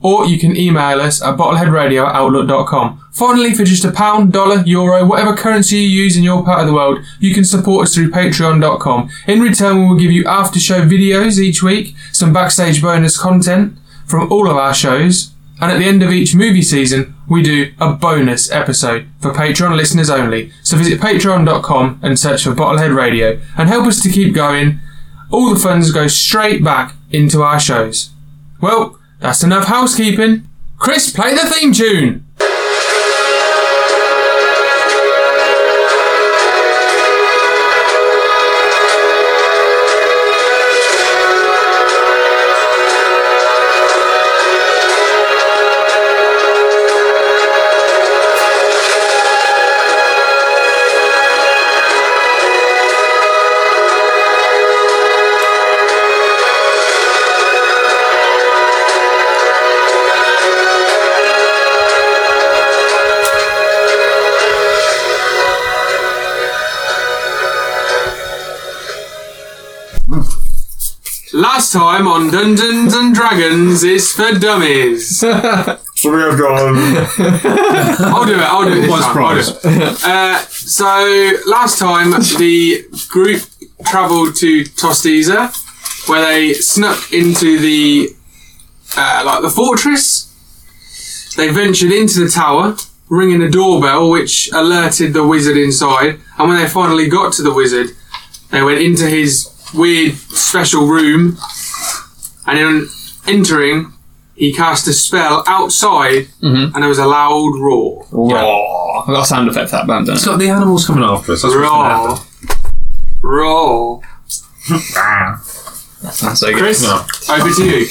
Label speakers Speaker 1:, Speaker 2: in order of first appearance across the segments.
Speaker 1: or you can email us at bottleheadradio at outlook.com. Finally, for just a pound, dollar, euro, whatever currency you use in your part of the world, you can support us through patreon.com. In return, we will give you after show videos each week, some backstage bonus content from all of our shows, and at the end of each movie season, we do a bonus episode for Patreon listeners only. So visit patreon.com and search for Bottlehead Radio and help us to keep going. All the funds go straight back into our shows. Well, that's enough housekeeping. Chris, play the theme tune! Last time on Dungeons and Dragons is for Dummies.
Speaker 2: So we have um, gone.
Speaker 1: I'll do it. I'll do it. This
Speaker 2: What's
Speaker 1: time. I'll do it. Uh, so last time the group travelled to Tostiza, where they snuck into the uh, like the fortress. They ventured into the tower, ringing a doorbell, which alerted the wizard inside. And when they finally got to the wizard, they went into his weird special room, and in entering. He cast a spell outside, and there was a loud roar.
Speaker 3: Raw. I got a sound effect for that band, don't
Speaker 4: It's got the animals coming after us. That's what's gonna happen.
Speaker 1: Roll. Roll.
Speaker 4: Ah.
Speaker 3: That's so good.
Speaker 1: Chris, over to you.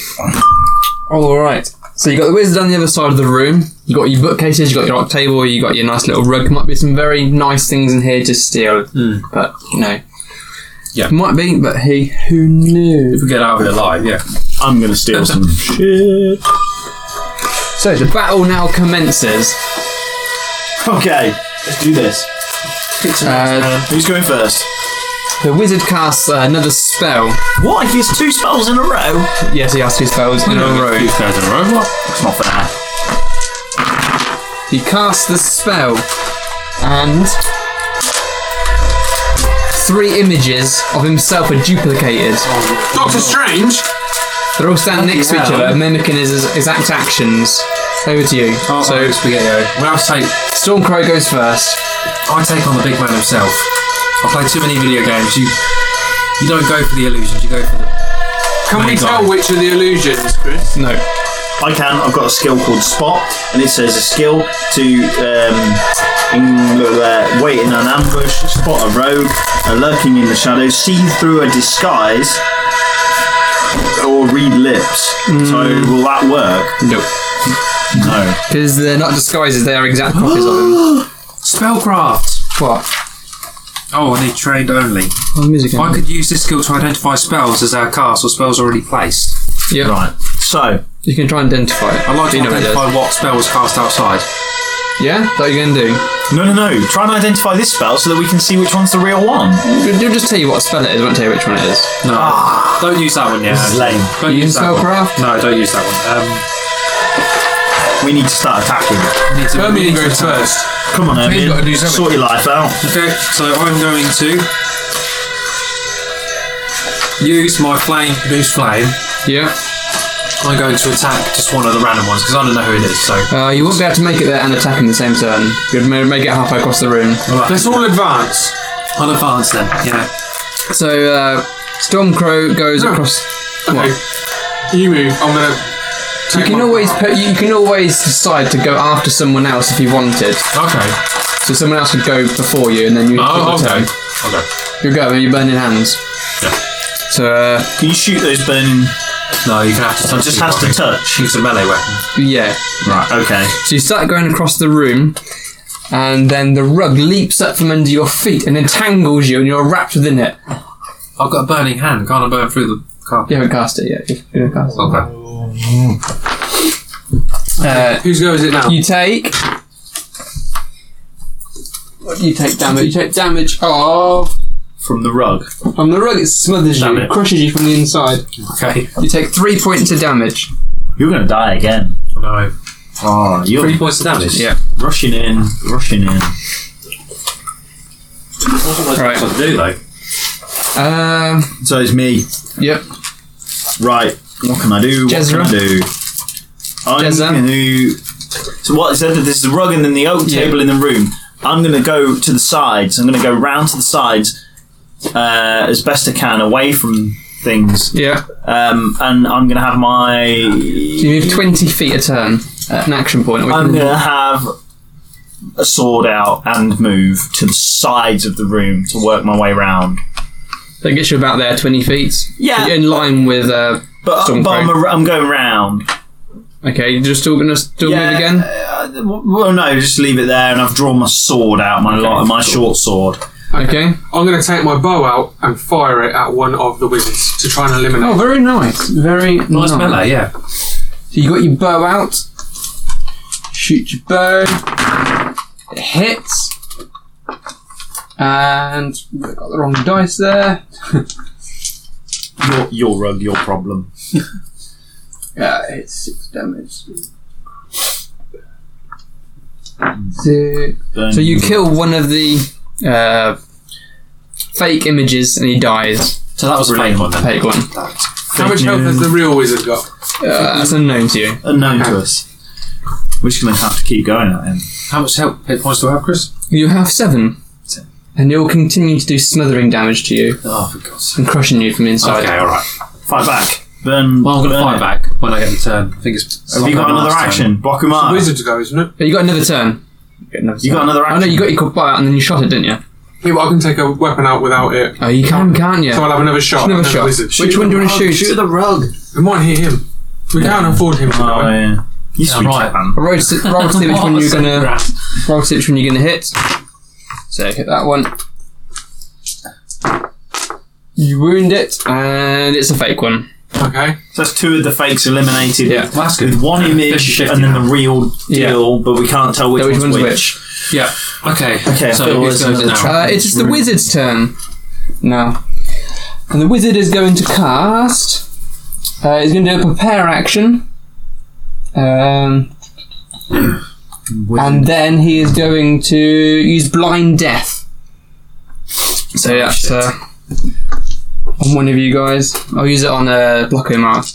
Speaker 3: All right. So you got the wizard on the other side of the room. You got your bookcases. You got your rock table. You got your nice little rug. Might be some very nice things in here to steal, but you know,
Speaker 4: Hmm. Yeah.
Speaker 3: might be. But he who knew?
Speaker 4: If we get out of it alive, yeah. I'm going to steal some shit.
Speaker 3: So the battle now commences.
Speaker 2: Okay, let's do this.
Speaker 4: Um,
Speaker 3: Uh,
Speaker 2: Who's going first?
Speaker 3: the wizard casts uh, another spell.
Speaker 2: What? He has two spells in a row.
Speaker 3: Yes, he has two spells in a row.
Speaker 4: Two spells in a row. What? That's not fair.
Speaker 3: He casts the spell, and three images of himself are duplicated.
Speaker 1: Doctor Strange.
Speaker 3: They're all standing next to each
Speaker 4: hell.
Speaker 3: other, mimicking his his exact actions. Over to you. so,
Speaker 4: Oh, spaghetti. Well, I'll take.
Speaker 3: Stormcrow goes first.
Speaker 4: I take on the big man himself. I play too many video games. You, you don't go for the illusions. You go for the.
Speaker 1: Can we
Speaker 4: Main
Speaker 1: tell
Speaker 4: guy.
Speaker 1: which are the illusions, Chris?
Speaker 3: No.
Speaker 5: I can. I've got a skill called Spot, and it says a skill to um, in, uh, wait in an ambush, spot a rogue, a lurking in the shadows, see through a disguise, or read lips. So will that work?
Speaker 3: No.
Speaker 5: No.
Speaker 3: Because they're not disguises, they are exact copies of him.
Speaker 4: Spellcraft.
Speaker 3: What?
Speaker 4: Oh, I need trained only.
Speaker 3: Oh, the music.
Speaker 4: I could use this skill to identify spells as our cast or spells already placed.
Speaker 3: Yep.
Speaker 5: Right. So
Speaker 3: You can try and identify it.
Speaker 4: I like to
Speaker 3: you know what it
Speaker 4: identify what spell was cast outside.
Speaker 3: does. Yeah? That's what you're going to
Speaker 5: no, no, no. Try and identify this spell so that we can see which one's the real one.
Speaker 3: do. They'll just tell you what spell it is, won't tell you which one it is.
Speaker 4: No, don't use that one yet.
Speaker 5: This is lame.
Speaker 4: Don't
Speaker 3: You
Speaker 4: use
Speaker 3: can
Speaker 4: that one.
Speaker 3: spellcraft?
Speaker 4: No, don't use that one. Um,
Speaker 5: We need to start attacking.
Speaker 4: we need to- we
Speaker 1: Hermione
Speaker 4: need to-
Speaker 1: goes first.
Speaker 5: Come on,
Speaker 4: We've gotta do
Speaker 5: Ermin.
Speaker 4: something.
Speaker 5: Sort your life out.
Speaker 4: Okay, so I'm going to use my flame, loose flame.
Speaker 3: Yeah.
Speaker 4: I'm going to attack just one of the random ones because I don't know who it is. So
Speaker 3: Uh, you won't be able to make it there and attack in the same turn. You'd ma- make it halfway across the room.
Speaker 1: Let's all advance.
Speaker 4: On advance then, yeah.
Speaker 3: So uh, Stormcrow goes
Speaker 1: No.
Speaker 3: across.
Speaker 1: Okay. You move. I'm gonna.
Speaker 3: You
Speaker 1: take
Speaker 3: can
Speaker 1: my-
Speaker 3: always put, you can always decide to go after someone else if you wanted.
Speaker 1: Okay.
Speaker 3: So someone else could go before you, and then you.
Speaker 1: Oh,
Speaker 3: take your
Speaker 1: okay.
Speaker 3: turn.
Speaker 1: Okay.
Speaker 3: You go, and you're burning hands.
Speaker 1: Yeah.
Speaker 3: So uh,
Speaker 5: Can you shoot those burning?
Speaker 4: No, you can have to touch.
Speaker 5: Just
Speaker 4: it,
Speaker 5: has to
Speaker 4: can't you?
Speaker 5: touch.
Speaker 4: It's a melee weapon.
Speaker 3: yeah.
Speaker 5: Okay.
Speaker 3: So you start going across the room, and then the rug leaps up from under your feet and entangles you, and you're wrapped within it.
Speaker 4: I've got a burning hand. Can't I burn through the carpet?
Speaker 3: You haven't cast it yet. You haven't cast it.
Speaker 4: Okay.
Speaker 3: Uh,
Speaker 1: Whose go is it now?
Speaker 3: you take. What do you take damage? You take damage of.
Speaker 5: From the rug.
Speaker 3: From the rug, it smothers
Speaker 5: Damn
Speaker 3: you,
Speaker 5: it.
Speaker 3: crushes you from the inside.
Speaker 4: Okay.
Speaker 3: You take three points of damage.
Speaker 5: You're gonna die again.
Speaker 4: No.
Speaker 5: Oh, you're
Speaker 4: Three points of damage.
Speaker 3: Yeah.
Speaker 5: rushing in, rushing in.
Speaker 3: Right.
Speaker 5: What to do though?
Speaker 3: Um.
Speaker 5: So it's me.
Speaker 3: Yep.
Speaker 5: Right. What can I do?
Speaker 3: Jezra.
Speaker 5: What can I do? I'm
Speaker 3: Jezza.
Speaker 5: gonna do. So what is that? There's the rug and then the oak
Speaker 3: Yeah.
Speaker 5: table in the room. I'm gonna go to the sides. I'm gonna go round to the sides uh, as best I can, away from things.
Speaker 3: Yeah.
Speaker 5: Um, and I'm gonna have
Speaker 3: You
Speaker 5: my.
Speaker 3: move twenty feet a turn at an action point.
Speaker 5: I'm gonna have a sword out and move to the sides of the room to work my way round.
Speaker 3: That gets you about there, twenty feet.
Speaker 5: Yeah.
Speaker 3: In line with. Uh,
Speaker 5: But,
Speaker 3: Stormcrow.
Speaker 5: but I'm, ar- I'm going round.
Speaker 3: okay, you're just still gonna still move again.
Speaker 5: Uh, well, no, just leave it there, and I've drawn my sword out, my li- my short sword.
Speaker 3: Okay.
Speaker 1: I'm gonna take my bow out and fire it at one of the wizards to try and eliminate.
Speaker 3: Oh, very nice. Very
Speaker 4: Nice
Speaker 3: nice.
Speaker 4: melee, yeah.
Speaker 3: So you got your bow out. Shoot your bow. It hits. And I got the wrong dice there.
Speaker 5: Your, your rug, your problem.
Speaker 3: Yeah, it's six damage. So
Speaker 5: Burn.
Speaker 3: So you kill one of the uh, fake images and he dies.
Speaker 4: So that was a fake one then.
Speaker 3: Fake one.
Speaker 1: How much health has the real wizard got?
Speaker 3: Uh, that's unknown to you.
Speaker 5: unknown to us. We're just going to have to keep going at him.
Speaker 4: How much help hit points do I have, Chris?
Speaker 3: You have seven. And he'll continue to do smothering damage to you
Speaker 4: Oh, for God's sake.
Speaker 3: and crushing you from inside.
Speaker 4: Okay, alright.
Speaker 5: Fight back. Burn.
Speaker 4: Well, I'm going to
Speaker 5: burn
Speaker 4: fight
Speaker 5: it.
Speaker 4: back when I get the turn. I think it's.
Speaker 5: Have you got another
Speaker 4: last turn.
Speaker 5: action? Block him
Speaker 3: Uh,
Speaker 5: up.
Speaker 1: Wizard's go, isn't it?
Speaker 3: But you got another turn. You got another
Speaker 5: You got another
Speaker 3: Oh
Speaker 5: action.
Speaker 3: no, you got your bow out and then you shot it, didn't you?
Speaker 1: Yeah, but I can take a weapon out without it.
Speaker 3: Oh, you can, can't you?
Speaker 1: So I'll have another shot.
Speaker 3: another
Speaker 1: at the
Speaker 3: shot.
Speaker 1: Wizard.
Speaker 3: Which one do you want to shoot?
Speaker 4: the rug.
Speaker 1: We might hit him. We can't afford him. to
Speaker 5: Oh,
Speaker 1: die.
Speaker 5: yeah. You sweet
Speaker 4: right.
Speaker 5: man.
Speaker 3: Roll to, see- roll to see which one you're gonna. Roll to see which one you're gonna hit. So hit that one. You wound it, and it's a fake one.
Speaker 1: Okay.
Speaker 5: So that's two of the fakes eliminated.
Speaker 3: Yeah.
Speaker 4: Well, that's good.
Speaker 5: With one image
Speaker 4: 50-50
Speaker 5: and then
Speaker 4: now.
Speaker 5: the real
Speaker 3: Yeah.
Speaker 5: deal, but we can't tell which,
Speaker 3: So which one's which?
Speaker 4: Yeah. Okay.
Speaker 5: Okay, I
Speaker 4: So
Speaker 5: thought it
Speaker 4: who's
Speaker 5: was
Speaker 4: goes
Speaker 5: another
Speaker 4: now?
Speaker 5: trap.
Speaker 3: Uh, it's the wizard's turn now. And the wizard is going to cast. Uh, he's going to do a prepare action. Um, and then he is going to use blind death. So yeah, so on one of you guys, I'll use it on uh, Blocko Mark.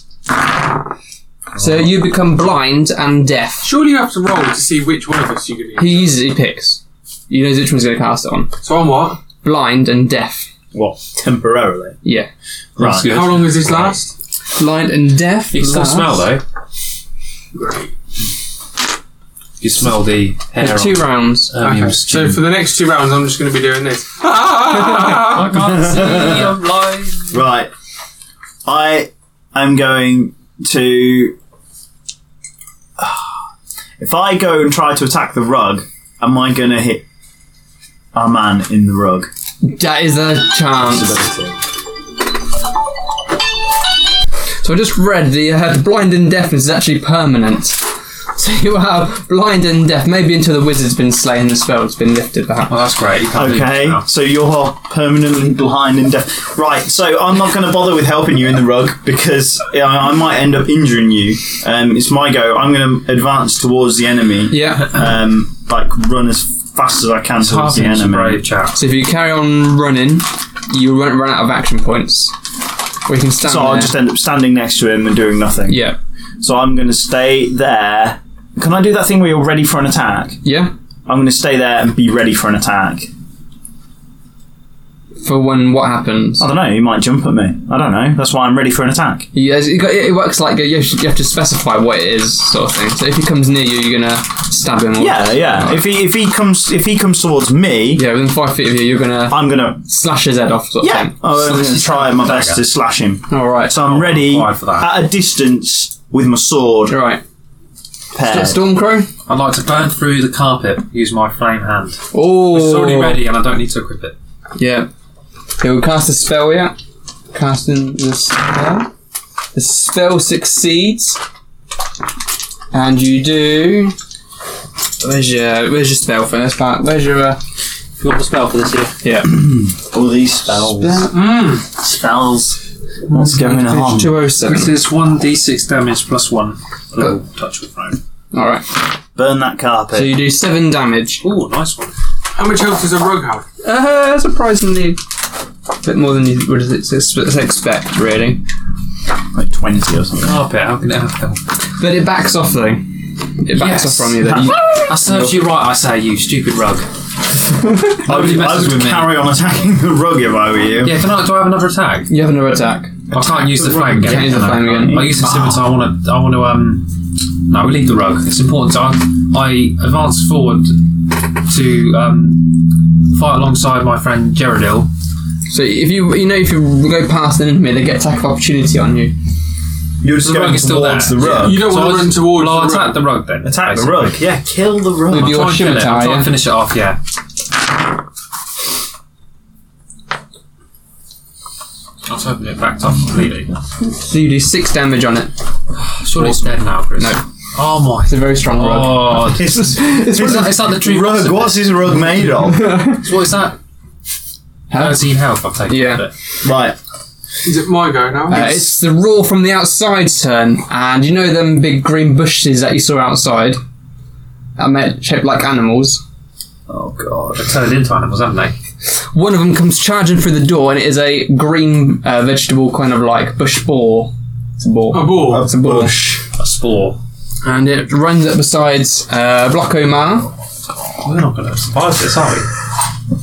Speaker 3: So you become blind and deaf.
Speaker 1: Surely you have to roll to see which one of us you're going to
Speaker 3: He uses, he picks. You know which one's going to cast it on.
Speaker 1: hit. So I'm what?
Speaker 3: Blind and deaf.
Speaker 5: What? Temporarily.
Speaker 3: Yeah.
Speaker 5: Right.
Speaker 4: good.
Speaker 1: How long does this last?
Speaker 3: blind and deaf.
Speaker 4: You can still
Speaker 3: laugh.
Speaker 4: smell though.
Speaker 1: Great.
Speaker 4: You smell the hair.
Speaker 3: There's two
Speaker 4: on
Speaker 3: rounds.
Speaker 4: Hermione's
Speaker 1: Okay. So
Speaker 4: chin.
Speaker 1: for the next two rounds, I'm just going to be doing this.
Speaker 4: I can't see. I'm blind.
Speaker 5: Right. I am going to. If I go and try to attack the rug, am I going to hit our man in the rug?
Speaker 3: That is a chance. So I just read the uh, blind and deafness is actually permanent. So you are blind and deaf, maybe until the wizard's been slain, the spell's been lifted, perhaps.
Speaker 4: Well, that's great. You can't do
Speaker 5: Okay,
Speaker 4: that
Speaker 5: so you're permanently blind and deaf. Right, so I'm not going to bother with helping you in the rug because I, I might end up injuring you. Um, it's my go. I'm going to advance towards the enemy.
Speaker 3: Yeah.
Speaker 5: Um, like run as fast as I can
Speaker 4: now.
Speaker 5: towards the
Speaker 4: He's a
Speaker 5: enemy.
Speaker 4: brave chap.
Speaker 3: So if you carry on running, you won't run out of action points. Or you can stand
Speaker 5: So
Speaker 3: there.
Speaker 5: I'll just end up standing next to him and doing nothing.
Speaker 3: Oh, yeah.
Speaker 5: So I'm going to stay there. Can I do that thing where you're ready for an attack?
Speaker 3: Yeah.
Speaker 5: I'm going to stay there and be ready for an attack.
Speaker 3: for when what happens.
Speaker 5: I don't know. He might jump at me. I don't know. That's why I'm ready for an attack.
Speaker 3: Yeah, it's- it, got- it works like you have, to, you have to specify what it is, sort of thing. So if he comes near you, you're gonna stab him. Or
Speaker 5: Yeah, yeah. If he if he comes if he comes towards me,
Speaker 3: yeah, within five feet of you, you're gonna
Speaker 5: I'm gonna
Speaker 3: slash his head off. Sort of
Speaker 5: yeah.
Speaker 3: thing.
Speaker 5: I'm gonna try my best
Speaker 4: Dagger.
Speaker 5: to slash him.
Speaker 3: All right.
Speaker 5: So I'm ready
Speaker 4: Alright for that.
Speaker 5: at a distance with my sword.
Speaker 3: All right.
Speaker 5: Paired.
Speaker 3: Stormcrow.
Speaker 4: I'd like to burn through the carpet, use my flame hand.
Speaker 3: Oh,
Speaker 4: It's already ready and I don't need to equip it.
Speaker 3: Yeah. He will cast a spell. Yeah. Casting the spell. The spell succeeds, and you do. Where's your Where's your spell for this part? Where's your uh,
Speaker 6: You want the spell for this here?
Speaker 3: yeah?
Speaker 5: All these spells.
Speaker 6: Spells.
Speaker 5: What's going on?
Speaker 3: Two oh seven.
Speaker 4: This is 1d6 damage plus 1. Little touch with flame.
Speaker 3: All right.
Speaker 5: Burn that
Speaker 3: So
Speaker 5: carpet.
Speaker 3: you do seven damage.
Speaker 4: Ooh, nice one.
Speaker 1: How much health does a rogue have?
Speaker 3: Uh, surprisingly, a bit more than you would ex- ex- expect, really.
Speaker 5: Like twenty or something.
Speaker 4: Carpet, how can it happen?
Speaker 3: But it backs off, though. It backs
Speaker 4: Yes.
Speaker 3: off from you. Then. You-
Speaker 4: I serves you right, I say, you stupid rug. Nobody
Speaker 5: I
Speaker 4: messes
Speaker 5: would
Speaker 4: with me.
Speaker 5: carry on attacking the rug if I were you.
Speaker 4: Yeah, can I, do I have another attack?
Speaker 3: you have another attack.
Speaker 4: I can't use the flame again.
Speaker 3: Can't use the
Speaker 4: can I?
Speaker 3: flame again.
Speaker 4: I use the scimitar. I want to. I want to. Um, no, we leave the rug. It's important. I, I advance forward to um, fight alongside my friend Gerardil.
Speaker 3: So if you you know if you go past an enemy, they get attack of opportunity on you.
Speaker 5: You're just
Speaker 4: The
Speaker 5: going
Speaker 4: rug is still
Speaker 5: towards
Speaker 4: there.
Speaker 5: the rug.
Speaker 1: You don't
Speaker 4: So
Speaker 1: want
Speaker 4: I
Speaker 1: to run
Speaker 4: just-
Speaker 1: towards
Speaker 4: Well, I'll
Speaker 1: the
Speaker 4: attack
Speaker 1: rug.
Speaker 4: the rug then.
Speaker 5: Attack the
Speaker 4: basically.
Speaker 5: rug. Yeah, kill the rug.
Speaker 3: With
Speaker 4: I'll
Speaker 3: your
Speaker 4: try and kill it. I'll
Speaker 3: scimitar,
Speaker 4: try
Speaker 3: yeah?
Speaker 4: and finish it off. Yeah. I was hoping it backed off completely.
Speaker 3: So you do six damage on it.
Speaker 4: Surely it's dead now, Chris.
Speaker 3: No.
Speaker 4: Oh my
Speaker 3: It's a very strong roll.
Speaker 4: god.
Speaker 5: It's, it's,
Speaker 4: It's like, it's like the tree
Speaker 5: rug.
Speaker 4: blossom.
Speaker 5: What's his rug made of?
Speaker 4: What is that?
Speaker 3: Huh?
Speaker 4: Thirteen health. I've taken.
Speaker 3: Yeah.
Speaker 4: a bit.
Speaker 5: right.
Speaker 1: Is it my go now?
Speaker 3: Uh, it's the roar from the outside turn, and you know them big green bushes that you saw outside, that made shaped like animals.
Speaker 5: Oh god.
Speaker 4: They've turned into animals, haven't they?
Speaker 3: One of them comes charging through the door, and it is a green uh, vegetable, kind of like bush boar. It's a boar.
Speaker 1: A ball.
Speaker 5: That's a bush.
Speaker 4: A spore.
Speaker 3: and it runs up beside uh, Block Omar.
Speaker 4: We're not going to survive this, are we?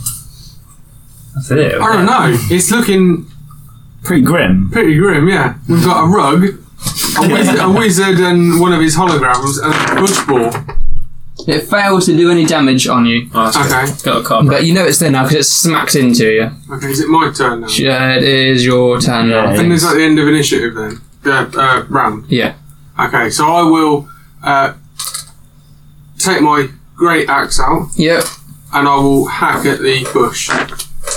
Speaker 4: That's it.
Speaker 1: I don't know. It's looking
Speaker 5: Pretty grim.
Speaker 1: pretty grim, yeah. We've got a rug, a wizard, a wizard and one of his holograms, and a bush ball.
Speaker 3: It fails to do any damage on you,
Speaker 4: Oh, that's
Speaker 1: Okay.
Speaker 4: good. Got a card.
Speaker 3: but you know it's there now because it smacked into you.
Speaker 1: Okay, is it my turn now?
Speaker 3: Uh, it is your turn now.
Speaker 5: Yeah.
Speaker 1: And is that the end of initiative then? The uh, round.
Speaker 3: Yeah.
Speaker 1: Okay, so I will uh, take my great axe out
Speaker 3: Yep.
Speaker 1: and I will hack at the bush.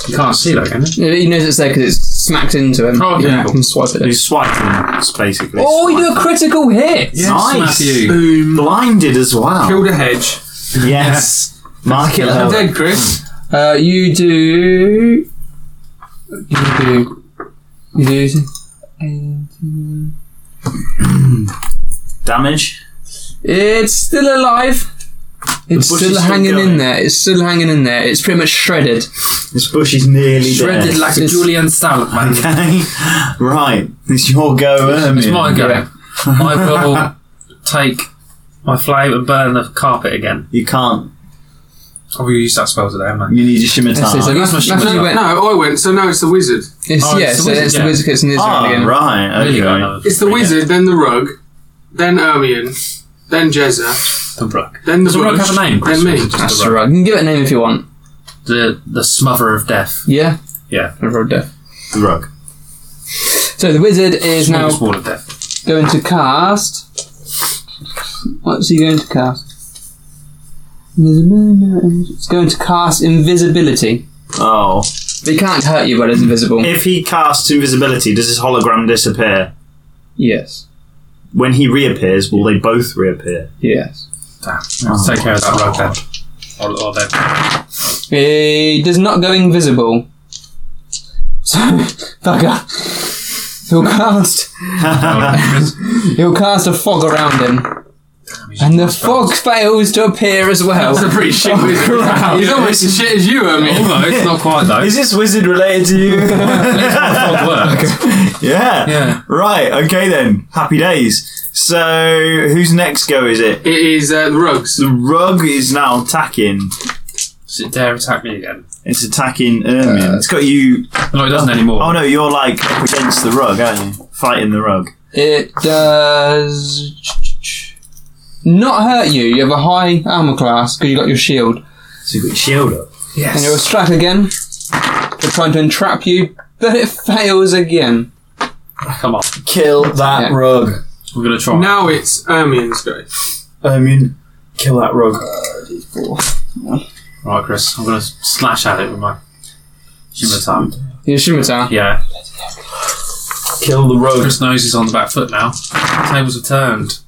Speaker 4: You can't see that, can you?
Speaker 3: He knows it's there because it's smacked into him.
Speaker 4: Oh, okay.
Speaker 3: yeah. Can swipe at it.
Speaker 5: He's swiping. It's basically.
Speaker 3: Oh, you do a critical hit.
Speaker 5: nice.
Speaker 4: Matthew.
Speaker 1: Boom.
Speaker 5: Blinded as well.
Speaker 1: Killed a hedge.
Speaker 5: Yes. Mark it
Speaker 1: I'm
Speaker 5: lower.
Speaker 1: dead, Chris.
Speaker 3: Uh, you do. You do. You do.
Speaker 5: Damage.
Speaker 3: It's still alive. It's
Speaker 5: bush
Speaker 3: still
Speaker 5: is still
Speaker 3: hanging in
Speaker 5: going.
Speaker 3: there. It's still hanging in there. It's pretty much shredded.
Speaker 5: This bush is nearly
Speaker 4: Shredded
Speaker 5: dead.
Speaker 4: like a
Speaker 3: It's-
Speaker 4: Julian salad, man.
Speaker 5: Okay. Right. It's your go, Ermin.
Speaker 4: It's my go.
Speaker 3: Yeah.
Speaker 4: I will take my flame and burn the carpet again.
Speaker 5: You can't.
Speaker 4: I've used that spell today, haven't I?
Speaker 5: You need your
Speaker 3: That's it. So
Speaker 5: scimitar.
Speaker 4: That's my
Speaker 3: Matthew,
Speaker 4: shimmer.
Speaker 3: Matthew went.
Speaker 1: No, I went, so now it's the wizard.
Speaker 3: It's,
Speaker 4: Oh,
Speaker 3: yeah,
Speaker 4: it's the
Speaker 3: so
Speaker 4: wizard,
Speaker 3: it's the
Speaker 4: yeah.
Speaker 3: wizard gets in his round
Speaker 5: Ah,
Speaker 3: again.
Speaker 5: right.
Speaker 4: Really got
Speaker 5: Okay.
Speaker 4: another-
Speaker 1: It's the
Speaker 4: Yeah.
Speaker 1: wizard, then the rug, then Ermion, then Jezza,
Speaker 4: The rug.
Speaker 1: then the
Speaker 4: Does the rug
Speaker 1: bush,
Speaker 4: have a name?
Speaker 1: then me.
Speaker 3: That's right. You can give it a name if you want.
Speaker 4: The the smother of death.
Speaker 3: Yeah.
Speaker 4: Yeah.
Speaker 3: River of Death.
Speaker 5: The rug.
Speaker 3: So the wizard is now
Speaker 4: Smallest wall of death.
Speaker 3: going to cast. What's he going to cast? It's going to cast invisibility.
Speaker 5: Oh.
Speaker 3: But It can't hurt you, but it's invisible.
Speaker 5: If he casts invisibility, does his hologram disappear?
Speaker 3: Yes.
Speaker 5: When he reappears, will they both reappear?
Speaker 3: Yes.
Speaker 4: Damn. Let's take care of that rug then. Or, or then.
Speaker 3: He does not go invisible. So, bugger. He'll cast. He'll cast a fog around him, and the fog fails to appear as well.
Speaker 1: That's a pretty shit wizard. Oh, He's almost as shit as you, Ermion.
Speaker 4: Almost, not quite though.
Speaker 5: Is this wizard related to you?
Speaker 4: Work.
Speaker 5: yeah.
Speaker 4: Yeah.
Speaker 5: Right. Okay then. Happy days. So whose next go is it?
Speaker 1: It is uh, the rugs.
Speaker 5: The rug is now attacking.
Speaker 4: Does it dare attack me again?
Speaker 5: It's attacking Ermion. it's got you.
Speaker 4: No, it doesn't anymore.
Speaker 5: Oh no, you're like up against the rug, aren't you? Fighting the rug.
Speaker 3: It does not hurt you. You have a high armor class because you got your shield,
Speaker 5: So you've got your shield up.
Speaker 3: and you're struck again. They're trying to entrap you, but it fails again.
Speaker 4: Come on,
Speaker 2: Kill that
Speaker 3: Yeah.
Speaker 2: rug.
Speaker 4: we're gonna try.
Speaker 1: Now it's Ermine's go.
Speaker 2: I mean, kill that rug.
Speaker 4: Right, Chris, I'm gonna slash at it with my scimitar.
Speaker 3: Your scimitar.
Speaker 4: Yeah,
Speaker 2: Kill the rug.
Speaker 4: Chris knows he's on the back foot now. Tables have turned.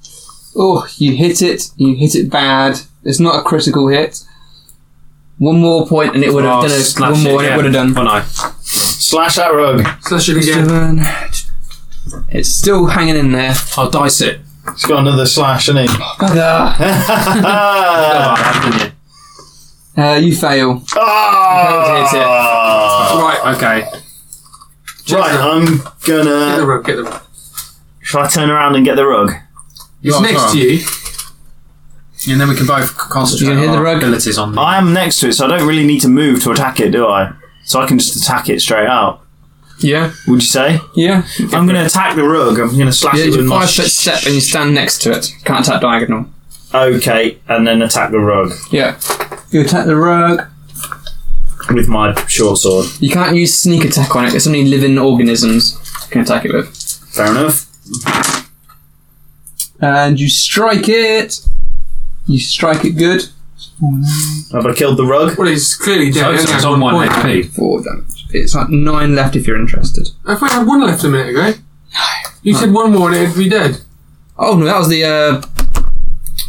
Speaker 3: Oh, you hit it. You hit it bad. It's not a critical hit. One more point, and it would have
Speaker 4: I'll
Speaker 3: done a,
Speaker 4: Oh, slash
Speaker 3: one more, and
Speaker 4: again.
Speaker 3: it would have done.
Speaker 4: Oh no,
Speaker 2: Slash that rug.
Speaker 1: Slash it again.
Speaker 3: Seven. It's still hanging in there.
Speaker 4: I'll dice it.
Speaker 2: It's got another slash, hasn't it?
Speaker 3: Bugger.
Speaker 4: Oh,
Speaker 2: ah!
Speaker 4: that, didn't
Speaker 3: Uh, you fail.
Speaker 5: Ah!
Speaker 1: Right,
Speaker 4: you? Okay,
Speaker 2: Right, I'm
Speaker 1: get the
Speaker 2: gonna.
Speaker 1: rug, get the rug.
Speaker 5: Shall I turn around and get the rug?
Speaker 4: You
Speaker 1: It's
Speaker 4: are
Speaker 1: next
Speaker 4: far.
Speaker 1: to you.
Speaker 4: and then we can both c- concentrate
Speaker 3: You gonna hit
Speaker 4: on
Speaker 3: the
Speaker 4: our
Speaker 3: rug?
Speaker 4: abilities on.
Speaker 5: I am next to it, so I don't really need to move to attack it, do I? So I can just attack it straight out.
Speaker 3: Yeah.
Speaker 5: Would you say?
Speaker 3: Yeah.
Speaker 5: I'm going to attack the rug. I'm going to slash
Speaker 3: Yeah,
Speaker 5: it
Speaker 3: it's
Speaker 5: with
Speaker 3: a
Speaker 5: my.
Speaker 3: five foot step and you stand next to it. Can't attack diagonal.
Speaker 5: okay, and then attack the rug
Speaker 3: Yeah. You attack the rug.
Speaker 5: with my short sword.
Speaker 3: You can't use sneak attack on it, it's only living organisms you can attack it with.
Speaker 5: Fair enough.
Speaker 3: And you strike it. You strike it good.
Speaker 5: Have I killed the rug?
Speaker 1: Well, it's clearly
Speaker 4: So
Speaker 1: dead. It only
Speaker 4: it's
Speaker 1: had
Speaker 4: on one
Speaker 1: one point.
Speaker 4: HP.
Speaker 3: Four damage. It's like nine left if you're interested.
Speaker 1: I thought I had one left a minute ago. You said one more and it'd be dead.
Speaker 3: Oh no, that was the uh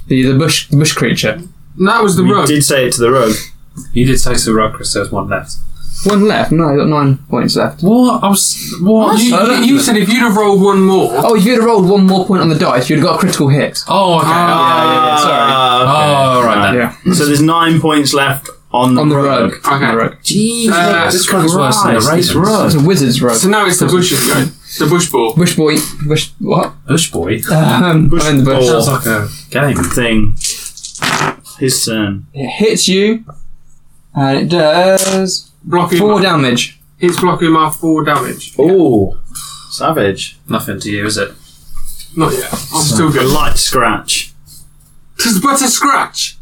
Speaker 3: the, the bush the bush creature.
Speaker 1: And that was the
Speaker 5: You
Speaker 1: rug.
Speaker 5: did say it to the rug.
Speaker 4: You did say to the rug, Chris. There's one left.
Speaker 3: One left, no, you got nine points left.
Speaker 4: What? I was. What?
Speaker 1: You, you- you said if you'd have rolled one more,
Speaker 3: Oh, if you'd have rolled one more point on the dice, you'd have got a critical hit.
Speaker 4: Oh, okay.
Speaker 1: Ah.
Speaker 4: yeah, yeah,
Speaker 5: Ah,
Speaker 4: yeah.
Speaker 5: okay.
Speaker 4: Oh, all right then.
Speaker 3: Yeah.
Speaker 5: So there's nine points left on the,
Speaker 3: On the
Speaker 5: rug.
Speaker 3: rug. On the rug.
Speaker 1: Uh,
Speaker 5: Jeez, this
Speaker 4: Ah, this one's worse than the
Speaker 5: Christ, this
Speaker 4: Ravens.
Speaker 5: rug.
Speaker 3: It's a wizard's rug.
Speaker 1: so now it's the bush's go. The bush ball.
Speaker 3: Bush boy bush what?
Speaker 4: Bush boy.
Speaker 3: Um,
Speaker 5: Bush
Speaker 3: I'm in the bush.
Speaker 5: ball.
Speaker 4: Sounds like a game.
Speaker 5: Thing. His turn.
Speaker 3: It hits you, and it does
Speaker 1: Blocking
Speaker 3: four
Speaker 1: my-
Speaker 3: damage.
Speaker 1: It's blocking my four damage.
Speaker 5: Ooh, savage.
Speaker 4: Nothing to you, is it?
Speaker 1: Not yet. I'm still
Speaker 5: A
Speaker 1: good.
Speaker 5: light scratch.
Speaker 1: It's but a scratch.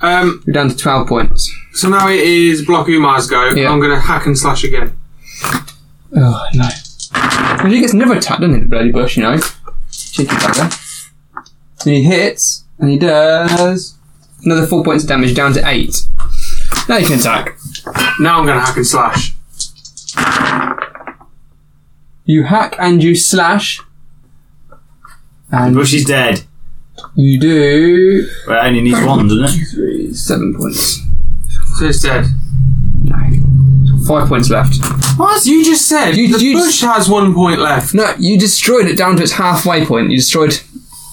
Speaker 1: Um,
Speaker 3: You're down to twelve points.
Speaker 1: so now it is Block Umar's go.
Speaker 3: Yeah.
Speaker 1: I'm going to hack and slash again.
Speaker 3: Oh no! Because he gets never attacked, doesn't he? The bloody bush, you know. Cheeky bugger. And he hits, and he does another four points of damage, down to eight. Now you can attack.
Speaker 1: Now I'm going to hack and slash.
Speaker 3: You hack and you slash, and
Speaker 5: Bush is dead.
Speaker 3: you do
Speaker 5: Well, it only needs one, doesn't it?
Speaker 3: three, seven points.
Speaker 1: So it's dead.
Speaker 3: Five points left.
Speaker 1: What? You just said
Speaker 3: You-
Speaker 1: the
Speaker 3: you
Speaker 1: bush has one point left.
Speaker 3: No, you destroyed it down to its halfway point. You destroyed. It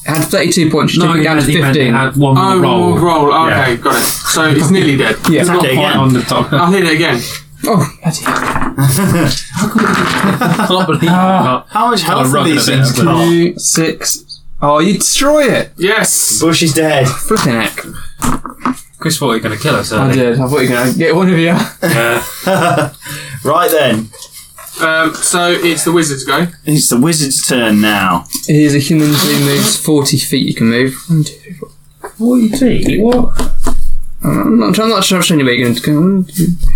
Speaker 3: had 32 points. You took it down to 15.
Speaker 4: Had one
Speaker 1: Oh,
Speaker 4: more roll.
Speaker 1: roll.
Speaker 4: Yeah.
Speaker 1: Okay, got it. So it's nearly dead.
Speaker 3: Yeah.
Speaker 4: It's not
Speaker 5: Okay,
Speaker 4: quite
Speaker 5: again.
Speaker 4: on the top.
Speaker 1: I'll hit it again.
Speaker 3: Oh, bloody hell.
Speaker 4: I can't believe that.
Speaker 5: How much
Speaker 4: Kinda
Speaker 5: health are
Speaker 4: rubbing
Speaker 5: these
Speaker 4: a bit,
Speaker 5: things
Speaker 4: isn't it?
Speaker 5: got?
Speaker 3: Two, six. Oh, you destroy it.
Speaker 1: Yes.
Speaker 5: Bush is dead.
Speaker 3: Flipping heck.
Speaker 4: Chris thought you Uh, were going to kill us.
Speaker 3: I
Speaker 4: early.
Speaker 3: did. I thought you were going to get one of you.
Speaker 4: Yeah.
Speaker 5: Right then,
Speaker 1: Um, so it's the wizard's go.
Speaker 5: it's the wizard's turn now.
Speaker 3: It is a human who moves 40 feet. You can move. One, two, three, four. 40 feet? What? I'm not, I'm not sure I'm showing you where you're going to go. One, two, three, four.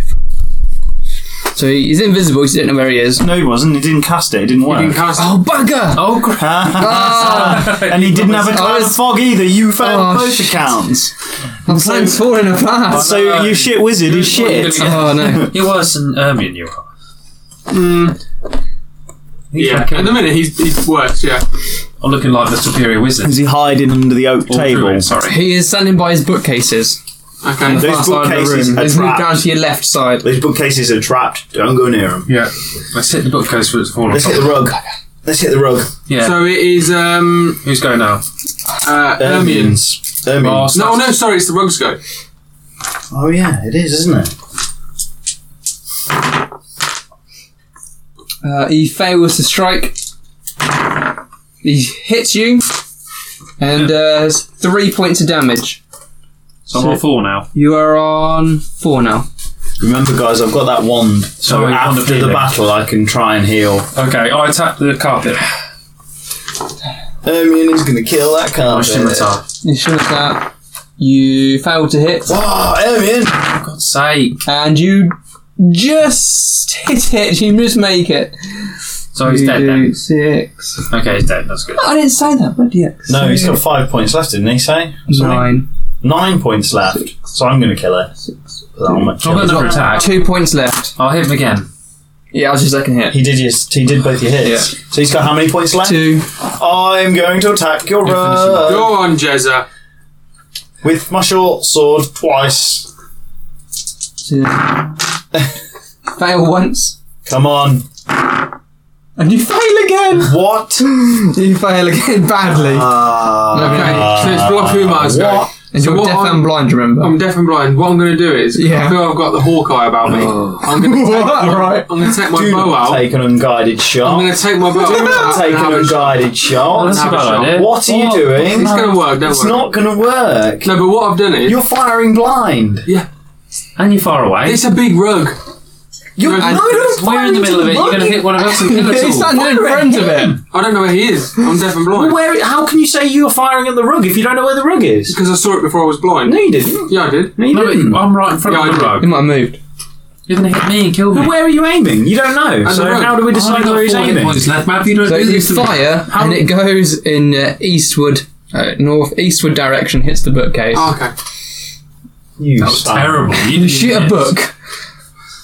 Speaker 3: So he's invisible. You don't know where he is.
Speaker 5: No, he wasn't. He didn't cast it. It didn't work.
Speaker 1: You can cast.
Speaker 3: Oh, bugger!
Speaker 4: Oh, Chris.
Speaker 5: and he didn't have a cloud of
Speaker 3: it's-
Speaker 5: fog either. You failed
Speaker 3: Oh,
Speaker 5: both
Speaker 3: shit.
Speaker 5: accounts.
Speaker 3: My plan's falling apart.
Speaker 5: So
Speaker 4: no.
Speaker 5: your shit wizard is
Speaker 4: What are you
Speaker 5: shit.
Speaker 4: gonna
Speaker 3: Oh, no.
Speaker 4: You're worse than Ermion, you are.
Speaker 1: yeah. At the minute, he's, he's worse. Yeah.
Speaker 4: I'm looking like the superior wizard.
Speaker 5: Is he hiding under the oak
Speaker 4: Or
Speaker 5: table?
Speaker 4: druid, Sorry.
Speaker 3: He is standing by his bookcases.
Speaker 1: Okay.
Speaker 5: Those
Speaker 3: far side of the
Speaker 5: bookcases
Speaker 3: room.
Speaker 5: are
Speaker 3: He's moved
Speaker 5: trapped.
Speaker 3: down to your left side.
Speaker 5: These bookcases are trapped. Don't go near them.
Speaker 4: Yeah. Let's hit the bookcase for its fallen.
Speaker 5: Let's hit the rug. Let's hit the rug.
Speaker 4: Yeah.
Speaker 1: So it is um
Speaker 4: Who's going now?
Speaker 1: uh, Ermion.
Speaker 5: Ermion.
Speaker 4: Last-
Speaker 1: No, no, sorry, it's the rug's go.
Speaker 5: Oh yeah, it is, isn't it?
Speaker 3: Uh, he fails to strike. He hits you and uh, has three points of damage.
Speaker 4: So, I'm on four now.
Speaker 3: You are on four now.
Speaker 5: Remember, guys, I've got that wand, so
Speaker 4: Oh, you've got the
Speaker 5: after the
Speaker 4: feeling.
Speaker 5: battle, I can try and heal.
Speaker 4: Okay, I attack the carpet.
Speaker 5: Ermion is going to kill that
Speaker 4: I
Speaker 5: card.
Speaker 4: scimitar.
Speaker 3: You shoot that. You fail to hit,
Speaker 5: Wow, Ermion!
Speaker 4: For God's sake.
Speaker 3: and you just hit it. You just make it.
Speaker 4: So he's
Speaker 3: you
Speaker 4: dead
Speaker 3: do
Speaker 4: then.
Speaker 3: Six.
Speaker 4: Okay, he's dead. That's good.
Speaker 3: I didn't say that. What the heck?
Speaker 5: No, he's got five points left, didn't he say? Or something?
Speaker 3: nine.
Speaker 5: Nine points left, so I'm going to kill her. I'm gonna
Speaker 4: So
Speaker 5: kill
Speaker 4: I've got
Speaker 5: her.
Speaker 4: another attack.
Speaker 3: Two points left.
Speaker 4: I'll hit him again.
Speaker 3: Yeah, I was your second hit.
Speaker 5: He did, his, he did both your hits. So he's got how many points left?
Speaker 3: Two.
Speaker 5: I'm going to attack your rug
Speaker 1: Go on, Jezza.
Speaker 5: with my short sword twice.
Speaker 3: two. fail once,
Speaker 5: Come on.
Speaker 3: and you fail again.
Speaker 5: What?
Speaker 3: You fail again badly.
Speaker 4: Uh,
Speaker 1: Okay,
Speaker 3: Ah.
Speaker 1: so it's block who Mars go.
Speaker 5: What?
Speaker 3: and
Speaker 1: so
Speaker 3: you're
Speaker 1: what
Speaker 3: deaf
Speaker 1: I'm-
Speaker 3: and blind. Remember.
Speaker 1: I'm deaf and blind. What I'm going to do is,
Speaker 3: Yeah.
Speaker 1: I feel I've got the Hawkeye about me. I'm going to take,
Speaker 3: What? Right.
Speaker 1: I'm going to take my
Speaker 5: Oh. Do
Speaker 1: bow
Speaker 5: not
Speaker 1: out.
Speaker 5: take an unguided
Speaker 1: I'm
Speaker 5: shot.
Speaker 1: going to take my bow out. and
Speaker 5: take
Speaker 1: have
Speaker 5: an
Speaker 1: a
Speaker 5: unguided shot.
Speaker 4: That's a
Speaker 1: have a
Speaker 4: bad
Speaker 1: shot.
Speaker 4: idea.
Speaker 5: What are you doing?
Speaker 1: It's going to work, don't
Speaker 5: It's
Speaker 1: worry.
Speaker 5: not going to work.
Speaker 1: No, but what I've done is,
Speaker 5: You're firing blind.
Speaker 4: And you're far away.
Speaker 1: it's a big rug.
Speaker 5: You're
Speaker 1: And
Speaker 5: no, don't
Speaker 4: We're
Speaker 5: fire
Speaker 4: in the middle of it.
Speaker 5: into
Speaker 4: You're going to
Speaker 5: rug.
Speaker 4: hit one of us and kill
Speaker 3: He's
Speaker 4: us all.
Speaker 3: standing in front of him.
Speaker 1: I don't know where he is. I'm deaf and blind.
Speaker 5: Where? How can you say you're firing at the rug if you don't know where the rug is?
Speaker 1: Because I saw it before I was blind.
Speaker 5: No, you didn't.
Speaker 1: Yeah, I did.
Speaker 5: No, you
Speaker 4: No,
Speaker 5: didn't.
Speaker 4: but I'm right in front
Speaker 1: Yeah,
Speaker 4: of
Speaker 1: I
Speaker 4: the
Speaker 1: do.
Speaker 4: rug.
Speaker 3: He might have moved.
Speaker 4: You're going to hit me and kill me.
Speaker 5: But where are you aiming? You don't know.
Speaker 1: the
Speaker 5: so
Speaker 1: rug.
Speaker 5: how do we
Speaker 4: I've only
Speaker 5: decide
Speaker 4: got
Speaker 5: where he's
Speaker 4: four hit
Speaker 5: aiming?
Speaker 4: points left, Matt. You don't
Speaker 3: So
Speaker 4: do
Speaker 3: you
Speaker 4: this to me.
Speaker 3: fire,
Speaker 4: How-
Speaker 3: and it goes in uh, eastward, uh, north eastward direction, hits the bookcase.
Speaker 4: Ah,
Speaker 1: Oh, okay.
Speaker 5: You
Speaker 4: That was terrible. You didn't
Speaker 3: you shoot
Speaker 4: even
Speaker 3: a
Speaker 4: miss.
Speaker 3: book.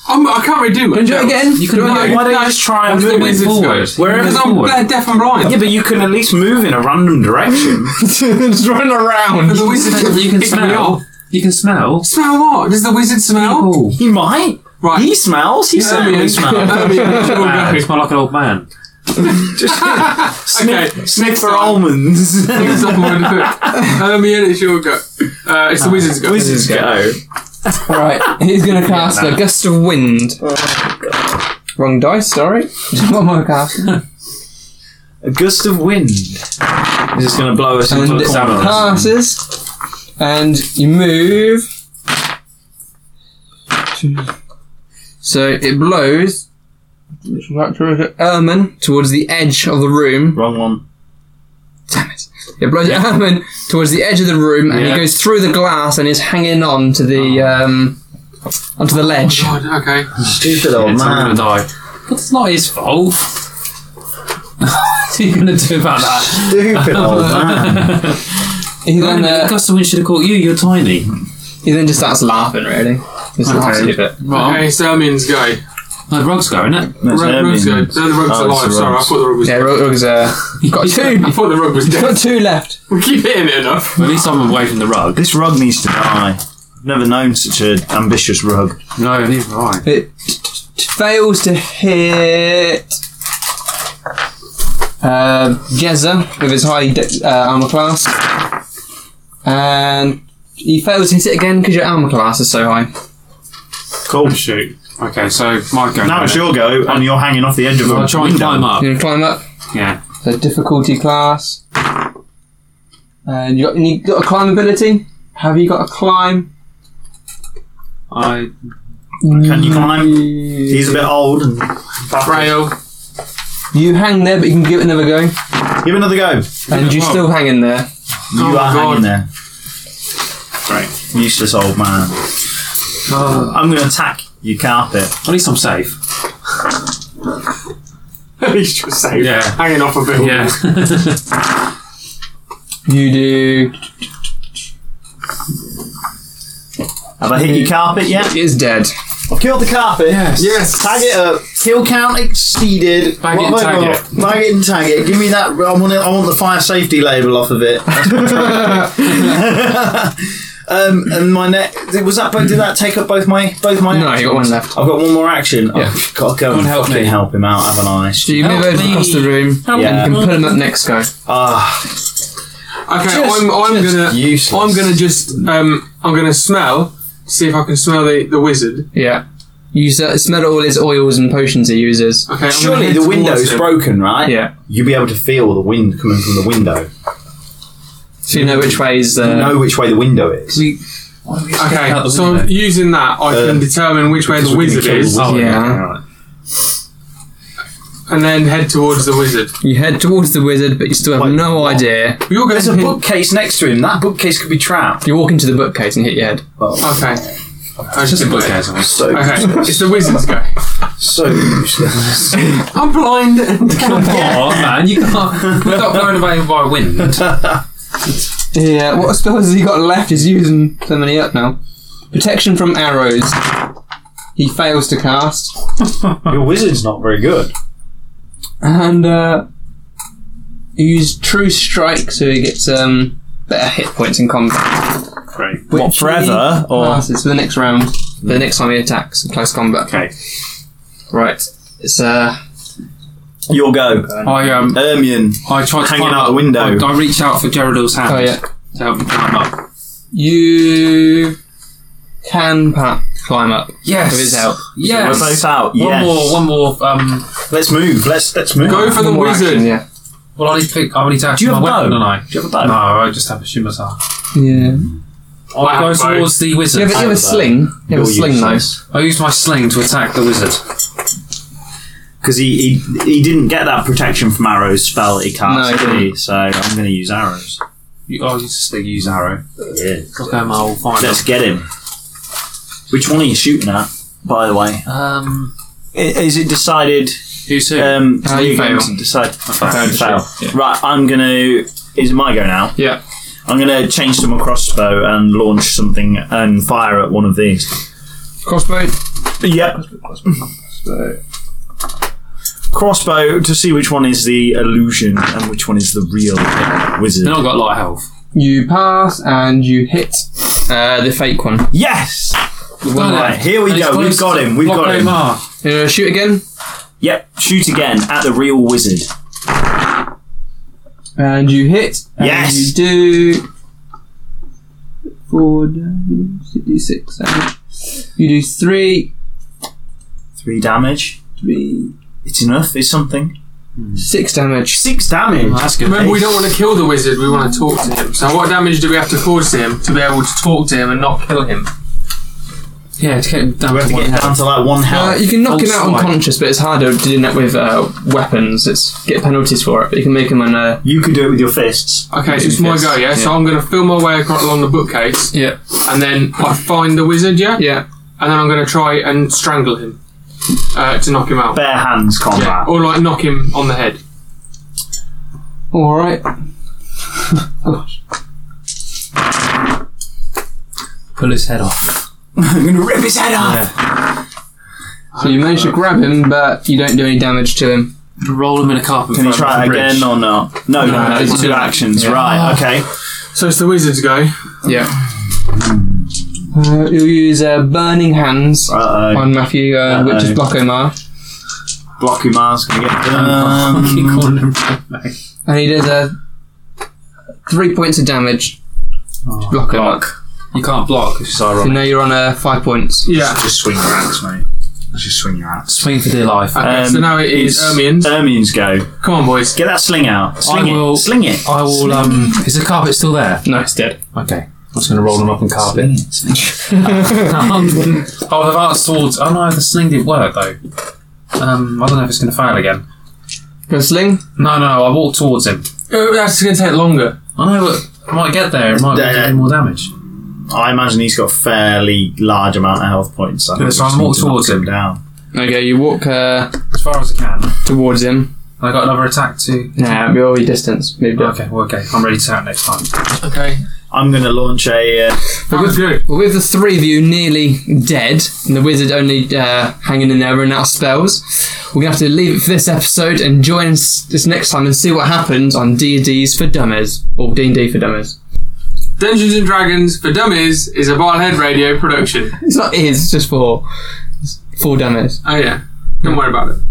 Speaker 1: I'm, I can't redo it.
Speaker 3: Do it again.
Speaker 4: You can
Speaker 3: Do it
Speaker 4: do it.
Speaker 3: again.
Speaker 5: Why don't you just try and move it
Speaker 4: forward?
Speaker 5: Wherever
Speaker 1: Because I'm
Speaker 4: forward.
Speaker 1: bla- deaf and blind.
Speaker 5: Yeah, but you can at least move in a random direction.
Speaker 3: Just run around.
Speaker 1: Does the wizard
Speaker 4: Smell- You can
Speaker 1: pick me up?
Speaker 4: smell. You can smell.
Speaker 1: Smell what? Does the wizard smell?
Speaker 4: People.
Speaker 5: he might.
Speaker 1: Right.
Speaker 5: He smells. He certainly
Speaker 1: Ermion.
Speaker 5: smells.
Speaker 1: Ermion, you'll
Speaker 4: Man,
Speaker 1: go.
Speaker 4: you smell like an old man.
Speaker 5: Sniff,
Speaker 1: Okay,
Speaker 5: sniff
Speaker 1: next
Speaker 5: for
Speaker 1: time.
Speaker 5: almonds.
Speaker 1: Next up, I'm gonna do it. Ermion, it's your go. Uh, it's the wizard's go.
Speaker 5: Wizards go.
Speaker 3: right, he's gonna cast a gust of wind.
Speaker 4: Oh,
Speaker 3: Wrong dice, sorry. One more cast.
Speaker 5: A gust of wind is just going to blow us into
Speaker 3: And
Speaker 5: the
Speaker 3: it
Speaker 5: corner.
Speaker 3: passes, and you move. So it blows. Ermin towards the edge of the room.
Speaker 5: Wrong one.
Speaker 3: Damn it. It blows Herman towards the edge of the room and
Speaker 5: Yeah.
Speaker 3: he goes through the glass and is hanging on to the um onto the ledge.
Speaker 1: God, okay.
Speaker 5: Stupid old
Speaker 4: It's I'm
Speaker 5: man.
Speaker 4: going to die. But it's not his fault. what are you going to do about that?
Speaker 5: Stupid old man.
Speaker 3: He then uh,
Speaker 4: Gustin should have caught you. You're tiny.
Speaker 3: he then just starts laughing really. Just laughs a bit.
Speaker 4: Well,
Speaker 1: Okay, it's Ermion's go.
Speaker 4: no, the rug's going, isn't it?
Speaker 5: That's
Speaker 1: Rug, rug's go. No,
Speaker 5: Ermion.
Speaker 1: the rug's
Speaker 5: Oh, it's
Speaker 1: alive.
Speaker 5: the
Speaker 1: Sorry, I
Speaker 5: rug's.
Speaker 1: thought the rug was
Speaker 3: Yeah,
Speaker 1: dead.
Speaker 3: Rogue, uh, you've got
Speaker 1: I
Speaker 3: two.
Speaker 1: thought the rug was
Speaker 3: You've got
Speaker 1: dead.
Speaker 3: two left.
Speaker 1: We keep hitting it enough.
Speaker 4: At least I'm away from the rug.
Speaker 5: This rug needs to die. Never known such an ambitious rug.
Speaker 4: No, neither have I.
Speaker 3: It fails to hit uh, Jezza with his high de- uh, armor class, and he fails to hit it again because your armor class is so high.
Speaker 1: Oh,
Speaker 5: Cool.
Speaker 4: Shoot. Okay, so my go.
Speaker 5: Now it's your go, and you're hanging off the edge of a
Speaker 4: I'll try and
Speaker 5: window.
Speaker 4: climb up.
Speaker 3: You can climb up.
Speaker 4: Yeah.
Speaker 3: So difficulty class. And you got, you got a climb ability? Have you got a climb?
Speaker 4: I
Speaker 5: Can you climb?
Speaker 3: You,
Speaker 5: He's a bit
Speaker 1: Mm.
Speaker 5: old. And
Speaker 1: Rail.
Speaker 3: you hang there, but you can give it another go.
Speaker 5: Give it another go.
Speaker 3: And you still hang in there.
Speaker 5: You
Speaker 1: Oh, my
Speaker 5: are
Speaker 1: God.
Speaker 5: hanging there. Right. Useless old man.
Speaker 1: Uh,
Speaker 5: I'm going to attack your carpet.
Speaker 4: at least I'm safe.
Speaker 1: He's just safe.
Speaker 4: Yeah.
Speaker 1: Hanging off a bit.
Speaker 4: Yeah.
Speaker 3: You do.
Speaker 5: Have I hit your carpet yet?
Speaker 3: It is dead.
Speaker 5: I've killed the carpet.
Speaker 1: Yes.
Speaker 5: Tag it up. Kill count exceeded.
Speaker 4: Bag it
Speaker 5: What
Speaker 4: and
Speaker 5: have I
Speaker 4: tag
Speaker 5: got? Bag it and tag it. Give me that. I want, it, I want the fire safety label off of it. That's what I'm trying to do. um, and my neck. Was that? both- Did that take up both my both my?
Speaker 3: No, you got one
Speaker 5: actions?
Speaker 3: left.
Speaker 5: I've got one more action.
Speaker 3: Yeah.
Speaker 5: I've got to go and
Speaker 4: help
Speaker 5: help
Speaker 4: me.
Speaker 5: help him out, haven't I?
Speaker 3: So you move
Speaker 4: Help
Speaker 3: over
Speaker 4: me.
Speaker 3: across the room
Speaker 5: Yeah.
Speaker 3: and you can put him up next go.
Speaker 5: Ah,
Speaker 1: Okay, I'm, I'm gonna.
Speaker 5: useless.
Speaker 1: I'm gonna just. Um, I'm gonna smell. See if I can smell the, the wizard.
Speaker 3: Yeah. You s- smell all his oils and potions he uses.
Speaker 1: Okay. I'm gonna
Speaker 5: Surely
Speaker 1: head
Speaker 5: the
Speaker 1: towards
Speaker 5: window's
Speaker 1: him.
Speaker 5: broken, right?
Speaker 3: Yeah.
Speaker 5: You'll be able to feel the wind coming from the window.
Speaker 3: So you know which way is. Uh,
Speaker 5: you know which way the window is.
Speaker 3: we-
Speaker 4: That
Speaker 1: Okay,
Speaker 4: was
Speaker 1: so
Speaker 4: it.
Speaker 1: using that, I can determine which way the wizard is,
Speaker 4: Oh,
Speaker 3: Yeah.
Speaker 4: okay, alright.
Speaker 1: and then head towards the wizard.
Speaker 3: You head towards the wizard, but you still have
Speaker 2: Wait,
Speaker 3: no idea.
Speaker 1: We all go
Speaker 2: There's
Speaker 1: to
Speaker 2: a
Speaker 1: him.
Speaker 2: bookcase next to him. That bookcase could be trapped.
Speaker 3: You walk into the bookcase and hit your head.
Speaker 1: Okay.
Speaker 4: It's just a bookcase. I
Speaker 2: So,
Speaker 1: Okay, it's the wizard's go.
Speaker 2: so useless.
Speaker 1: I'm blind and
Speaker 4: Come on, man. You can't. We're not blown away by wind.
Speaker 3: Yeah, what spells has he got left? He's using so many up now. Protection from arrows. He fails to cast.
Speaker 5: Your wizard's not very good.
Speaker 3: And, uh. He used True Strike, so he gets, um. Better hit points in combat.
Speaker 4: Great.
Speaker 3: Which
Speaker 5: What, forever?
Speaker 3: he
Speaker 5: Or-
Speaker 3: Passes for the next round. For the next time he attacks in close combat.
Speaker 4: Okay.
Speaker 3: Right. It's, uh.
Speaker 5: Your go.
Speaker 4: I um.
Speaker 5: Ermion.
Speaker 4: I tried to
Speaker 5: Hanging
Speaker 4: climb
Speaker 5: out
Speaker 4: up.
Speaker 5: the window.
Speaker 4: I, I reach out for Gerald's hand
Speaker 3: Oh, yeah.
Speaker 4: to help him climb up.
Speaker 3: You. Can pa- climb up.
Speaker 4: Yes.
Speaker 3: With his help.
Speaker 4: Yes.
Speaker 5: We're both out.
Speaker 4: One
Speaker 5: yes.
Speaker 4: more. One more. Um.
Speaker 5: Let's move. Let's let's move.
Speaker 1: go for the
Speaker 3: One more
Speaker 1: wizard.
Speaker 3: action, yeah.
Speaker 4: Well, I need to pick. I need to.
Speaker 5: Do you
Speaker 4: action
Speaker 5: have
Speaker 4: my
Speaker 5: a
Speaker 4: weapon,
Speaker 5: bow?
Speaker 4: Don't I?
Speaker 5: Do you have a
Speaker 4: No,
Speaker 5: bow?
Speaker 4: I just have a scimitar.
Speaker 3: Yeah.
Speaker 4: I
Speaker 1: have
Speaker 4: go
Speaker 1: a bow.
Speaker 4: towards the
Speaker 3: You
Speaker 4: wizard.
Speaker 3: have, a- you have a sling. You have a
Speaker 5: You're
Speaker 3: sling, though.
Speaker 5: useless.
Speaker 4: I used my sling to attack the wizard.
Speaker 5: Because he, he he didn't get that protection from arrows spell that he cast,
Speaker 3: No, he
Speaker 5: did he? So I'm going to use arrows.
Speaker 4: You, oh, you just like use arrow.
Speaker 5: Yeah.
Speaker 4: Look at my old final.
Speaker 5: Let's get him. Which one are you shooting at, by the way?
Speaker 4: Um,
Speaker 5: I- Is it decided?
Speaker 4: who's who?
Speaker 5: Um,
Speaker 3: Uh, you
Speaker 5: you're going
Speaker 3: fail.
Speaker 5: to decide.
Speaker 4: failed to
Speaker 5: Fail.
Speaker 4: shoot, yeah.
Speaker 5: Right, I'm going to. Is it my go now?
Speaker 3: Yeah.
Speaker 5: I'm going to change to my crossbow and launch something and fire at one of these.
Speaker 3: Crossbow.
Speaker 5: Yep. Crossbow to see which one is the illusion and which one is the real wizard.
Speaker 4: They've not got a lot of health.
Speaker 3: You pass and you hit uh, the fake one.
Speaker 5: Yes!
Speaker 4: We've
Speaker 3: done
Speaker 5: Right, here we go. We've got him. We've got him.
Speaker 3: Uh, shoot again,
Speaker 5: Yep, shoot again at the real wizard.
Speaker 3: and you hit. And
Speaker 5: Yes.
Speaker 3: You do four, d six. seven. You do three,
Speaker 5: Three damage.
Speaker 3: three,
Speaker 5: It's enough, it's something.
Speaker 3: six damage.
Speaker 5: Six damage.
Speaker 4: that's good.
Speaker 1: Remember, we don't want to kill the wizard, we want to talk to him. So, what damage do we have to cause to him to be able to talk to him and not kill him?
Speaker 4: Yeah, to get him down
Speaker 5: We have
Speaker 4: to
Speaker 5: to
Speaker 4: one
Speaker 5: get
Speaker 4: health.
Speaker 5: down to like one
Speaker 3: Uh,
Speaker 5: health.
Speaker 3: you can knock him out
Speaker 4: Ultimate.
Speaker 3: unconscious, but it's harder to do that with uh, weapons. It's get penalties for it, but you can make him an. Uh,
Speaker 5: you could do it with your fists.
Speaker 1: Okay, it's my go, yeah? So, I'm going to feel my way across along the bookcase,
Speaker 3: yeah,
Speaker 1: and then I find the wizard, yeah?
Speaker 3: yeah.
Speaker 1: And then I'm going to try and strangle him uh, to knock him out.
Speaker 5: Bare hands
Speaker 1: Yeah.
Speaker 5: combat.
Speaker 1: Or, like, knock him on the head.
Speaker 3: All right.
Speaker 4: Pull his head off.
Speaker 5: I'm gonna rip his head off.
Speaker 3: So you manage to grab him, but you don't do any damage to him.
Speaker 4: Roll him in a carpet.
Speaker 5: Can you
Speaker 4: in front
Speaker 5: try
Speaker 4: of
Speaker 5: it
Speaker 4: the bridge.
Speaker 5: again or not? No, no,
Speaker 3: no,
Speaker 5: it's
Speaker 3: it's
Speaker 5: two
Speaker 3: not.
Speaker 5: actions.
Speaker 3: Yeah.
Speaker 5: Right, okay.
Speaker 1: So, it's the wizard's go.
Speaker 3: Yeah. Uh, you'll use uh, Burning Hands
Speaker 5: Uh-oh.
Speaker 3: on Matthew, uh, which is
Speaker 5: Uh-oh.
Speaker 3: Block Omar.
Speaker 5: Block him, Mars. Gonna get
Speaker 4: Keep
Speaker 5: um,
Speaker 4: calling him Block.
Speaker 3: And he does uh, three points of damage. to block Omar.
Speaker 4: You can't block. It's just
Speaker 3: So
Speaker 4: ironic.
Speaker 3: now you're on uh, five points.
Speaker 1: Yeah.
Speaker 5: Just swing your axe, mate. Just swing your axe. Um,
Speaker 4: Swing for dear life.
Speaker 1: Okay, so now it is
Speaker 5: it's
Speaker 1: Ermine's.
Speaker 5: Ermine's go.
Speaker 1: Come on, boys.
Speaker 5: Get that sling out. Sling
Speaker 4: will-
Speaker 5: it. Sling it.
Speaker 4: I will. Um, is the carpet still there?
Speaker 3: No, it's dead.
Speaker 4: Okay. I'm just going to roll him up in carpet.
Speaker 5: Sling it. Sling it.
Speaker 4: um, I'll advance towards. Oh no, the sling didn't work though. Um, I don't know if it's going to fail again.
Speaker 3: Go sling.
Speaker 4: No, no, I walk towards him.
Speaker 1: Uh, that's going to take longer.
Speaker 4: I know, but I might get there. It might
Speaker 5: Yeah, yeah.
Speaker 4: do more damage.
Speaker 5: I imagine he's got a fairly large amount of health points. I think
Speaker 4: so I'm
Speaker 5: we just
Speaker 4: more
Speaker 5: need to knock
Speaker 4: towards him.
Speaker 5: down.
Speaker 3: Okay, you walk uh,
Speaker 4: As far as I can.
Speaker 3: towards him.
Speaker 4: I got another attack to.
Speaker 3: Nah, be all your distance. Maybe okay.
Speaker 4: Okay, well, okay. I'm ready to attack next time.
Speaker 1: Okay.
Speaker 5: I'm going to launch a. Uh,
Speaker 1: That was good.
Speaker 3: Well, with the three of you nearly dead, and the wizard only uh, hanging in there, running out of spells, we're gonna have to leave it for this episode and join us this next time and see what happens on D&D's for Dummies or D&D for Dummies.
Speaker 1: Dungeons and Dragons for Dummies is a Barhead Radio production.
Speaker 3: It's not is, it's just for for Dummies.
Speaker 1: Oh yeah, don't worry about it.